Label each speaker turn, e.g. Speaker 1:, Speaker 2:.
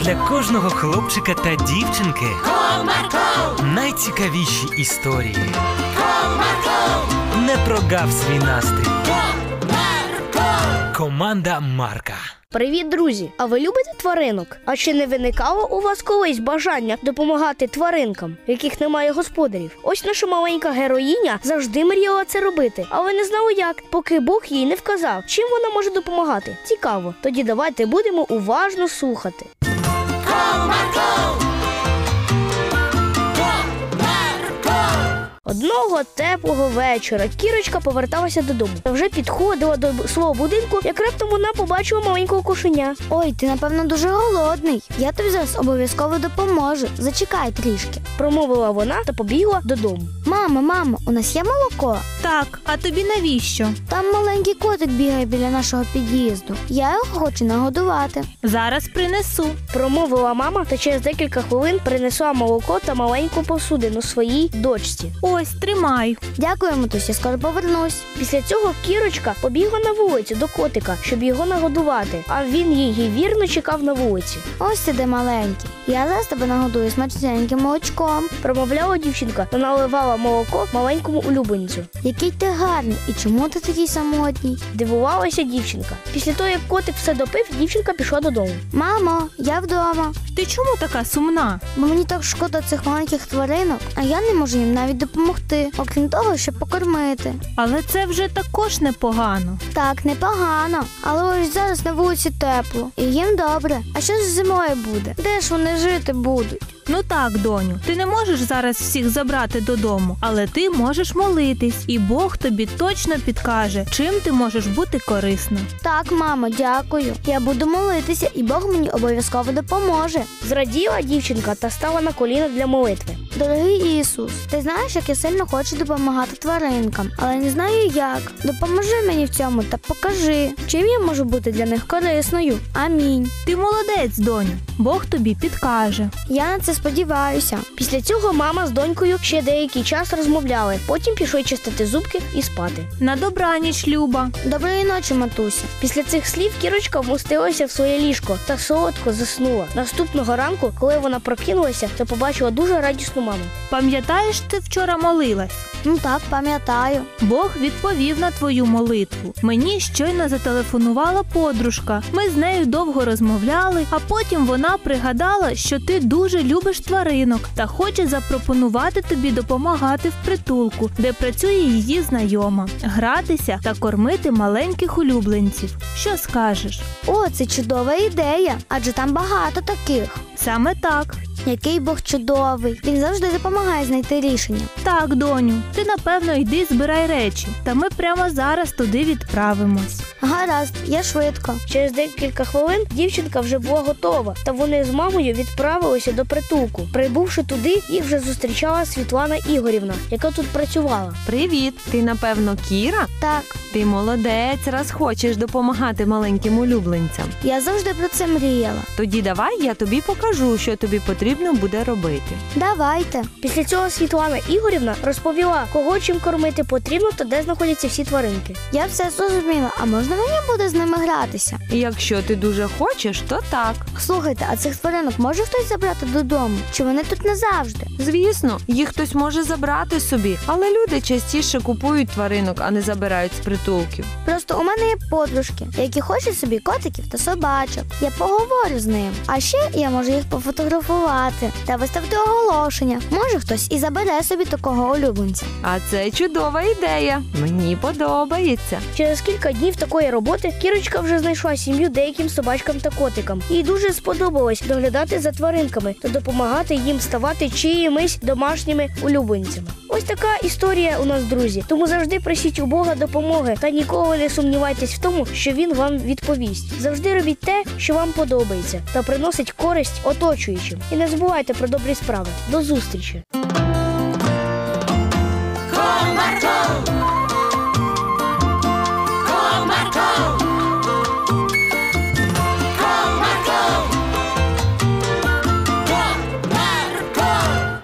Speaker 1: для кожного хлопчика та дівчинки
Speaker 2: Comarco,
Speaker 1: найцікавіші історії.
Speaker 2: comarco,
Speaker 1: Не прогав свій настрій.
Speaker 2: comarco.
Speaker 1: Команда Марка.
Speaker 3: Привіт, друзі! А ви любите тваринок? А чи не виникало у вас колись бажання допомагати тваринкам, в яких немає господарів? Ось наша маленька героїня завжди мріяла це робити, але не знала як, поки Бог їй не вказав, чим вона може допомагати. Цікаво, тоді давайте будемо уважно слухати. Одного теплого вечора кірочка поверталася додому. Вже підходила до свого будинку, як раптом вона побачила маленького кошеня.
Speaker 4: Ой, ти напевно дуже голодний. Я тобі зараз обов'язково допоможу. Зачекай трішки.
Speaker 3: Промовила вона та побігла додому.
Speaker 4: Мама, мама, у нас є молоко.
Speaker 5: Так, а тобі навіщо?
Speaker 4: Там маленький котик бігає біля нашого під'їзду. Я його хочу нагодувати.
Speaker 5: Зараз принесу.
Speaker 3: Промовила мама та через декілька хвилин принесла молоко та маленьку посудину своїй дочці.
Speaker 5: Ось, тримай.
Speaker 4: Дякую, матусі, скоро повернусь.
Speaker 3: Після цього кірочка побігла на вулицю до котика, щоб його нагодувати. А він її вірно чекав на вулиці.
Speaker 4: Ось ти де маленький. Я зараз тебе нагодую смачненьким молочком.
Speaker 3: Промовляла дівчинка та наливала молоко маленькому улюбленцю.
Speaker 4: Який ти гарний, і чому ти такий самотній?
Speaker 3: Дивувалася дівчинка. Після того, як котик все допив, дівчинка пішла додому.
Speaker 4: Мамо, я вдома.
Speaker 5: Ти чому така сумна?
Speaker 4: Бо мені так шкода цих маленьких тваринок, а я не можу їм навіть допомогти, окрім того, щоб покормити.
Speaker 5: Але це вже також непогано.
Speaker 4: Так, непогано, але ось зараз на вулиці тепло, і їм добре. А що з зимою буде? Де ж вони жити будуть?
Speaker 5: Ну так, доню, ти не можеш зараз всіх забрати додому, але ти можеш молитись, і Бог тобі точно підкаже, чим ти можеш бути корисна.
Speaker 4: Так, мамо, дякую. Я буду молитися, і Бог мені обов'язково допоможе.
Speaker 3: Зраділа дівчинка та стала на коліна для молитви.
Speaker 4: Дорогий Ісус, ти знаєш, як я сильно хочу допомагати тваринкам, але не знаю як. Допоможи мені в цьому та покажи, чим я можу бути для них корисною. Амінь.
Speaker 5: Ти молодець, доню. Бог тобі підкаже.
Speaker 4: Я на це сподіваюся.
Speaker 3: Після цього мама з донькою ще деякий час розмовляли. Потім пішли чистити зубки і спати.
Speaker 5: На добраніч, Люба.
Speaker 4: Доброї ночі, матусю.
Speaker 3: Після цих слів кірочка вмостилася в своє ліжко та солодко заснула. Наступного ранку, коли вона прокинулася, то побачила дуже радісну маму.
Speaker 5: Пам'ятаєш, ти вчора молилась?
Speaker 4: Ну так, пам'ятаю.
Speaker 5: Бог відповів на твою молитву. Мені щойно зателефонувала подружка. Ми з нею довго розмовляли, а потім вона пригадала, що ти дуже любиш тваринок та хоче запропонувати тобі допомагати в притулку, де працює її знайома, гратися та кормити маленьких улюбленців. Що скажеш?
Speaker 4: О, це чудова ідея, адже там багато таких.
Speaker 5: Саме так.
Speaker 4: Який Бог чудовий. Він завжди допомагає знайти рішення.
Speaker 5: Так, доню, ти напевно йди збирай речі, та ми прямо зараз туди відправимось.
Speaker 4: Гаразд, я швидко.
Speaker 3: Через декілька хвилин дівчинка вже була готова, та вони з мамою відправилися до притулку. Прибувши туди, їх вже зустрічала Світлана Ігорівна, яка тут працювала.
Speaker 6: Привіт! Ти напевно Кіра?
Speaker 4: Так,
Speaker 6: Ти молодець, раз хочеш допомагати маленьким улюбленцям.
Speaker 4: я завжди про це мріяла.
Speaker 6: Тоді давай я тобі покажу, що тобі потрібно буде робити.
Speaker 4: Давайте.
Speaker 3: Після цього Світлана Ігорівна розповіла, кого чим кормити потрібно та де знаходяться всі тваринки.
Speaker 4: Я все зрозуміла, а можна мені буде з ними гратися?
Speaker 6: І якщо ти дуже хочеш, то так.
Speaker 4: Слухайте, а цих тваринок може хтось забрати додому? Чи вони тут назавжди?
Speaker 6: Звісно, їх хтось може забрати собі, але люди частіше купують тваринок, а не забирають з притулків.
Speaker 4: Просто у мене є подружки, які хочуть собі котиків та собачок. Я поговорю з ним. А ще я можу їх пофотографувати та виставити оголошення. Може, хтось і забере собі такого улюбленця.
Speaker 6: А це чудова ідея. Мені подобається.
Speaker 3: Через кілька днів такої роботи кірочка вже знайшла сім'ю деяким собачкам та котикам. Їй дуже сподобалось доглядати за тваринками та допомагати їм ставати чиїмись домашніми улюбленцями. Ось така історія у нас, друзі. Тому завжди просіть у Бога допомоги та ніколи не сумнівайтесь в тому, що він вам відповість. Завжди робіть те, що вам подобається, та приносить користь оточуючим. І не забувайте про добрі справи. До зустрічі!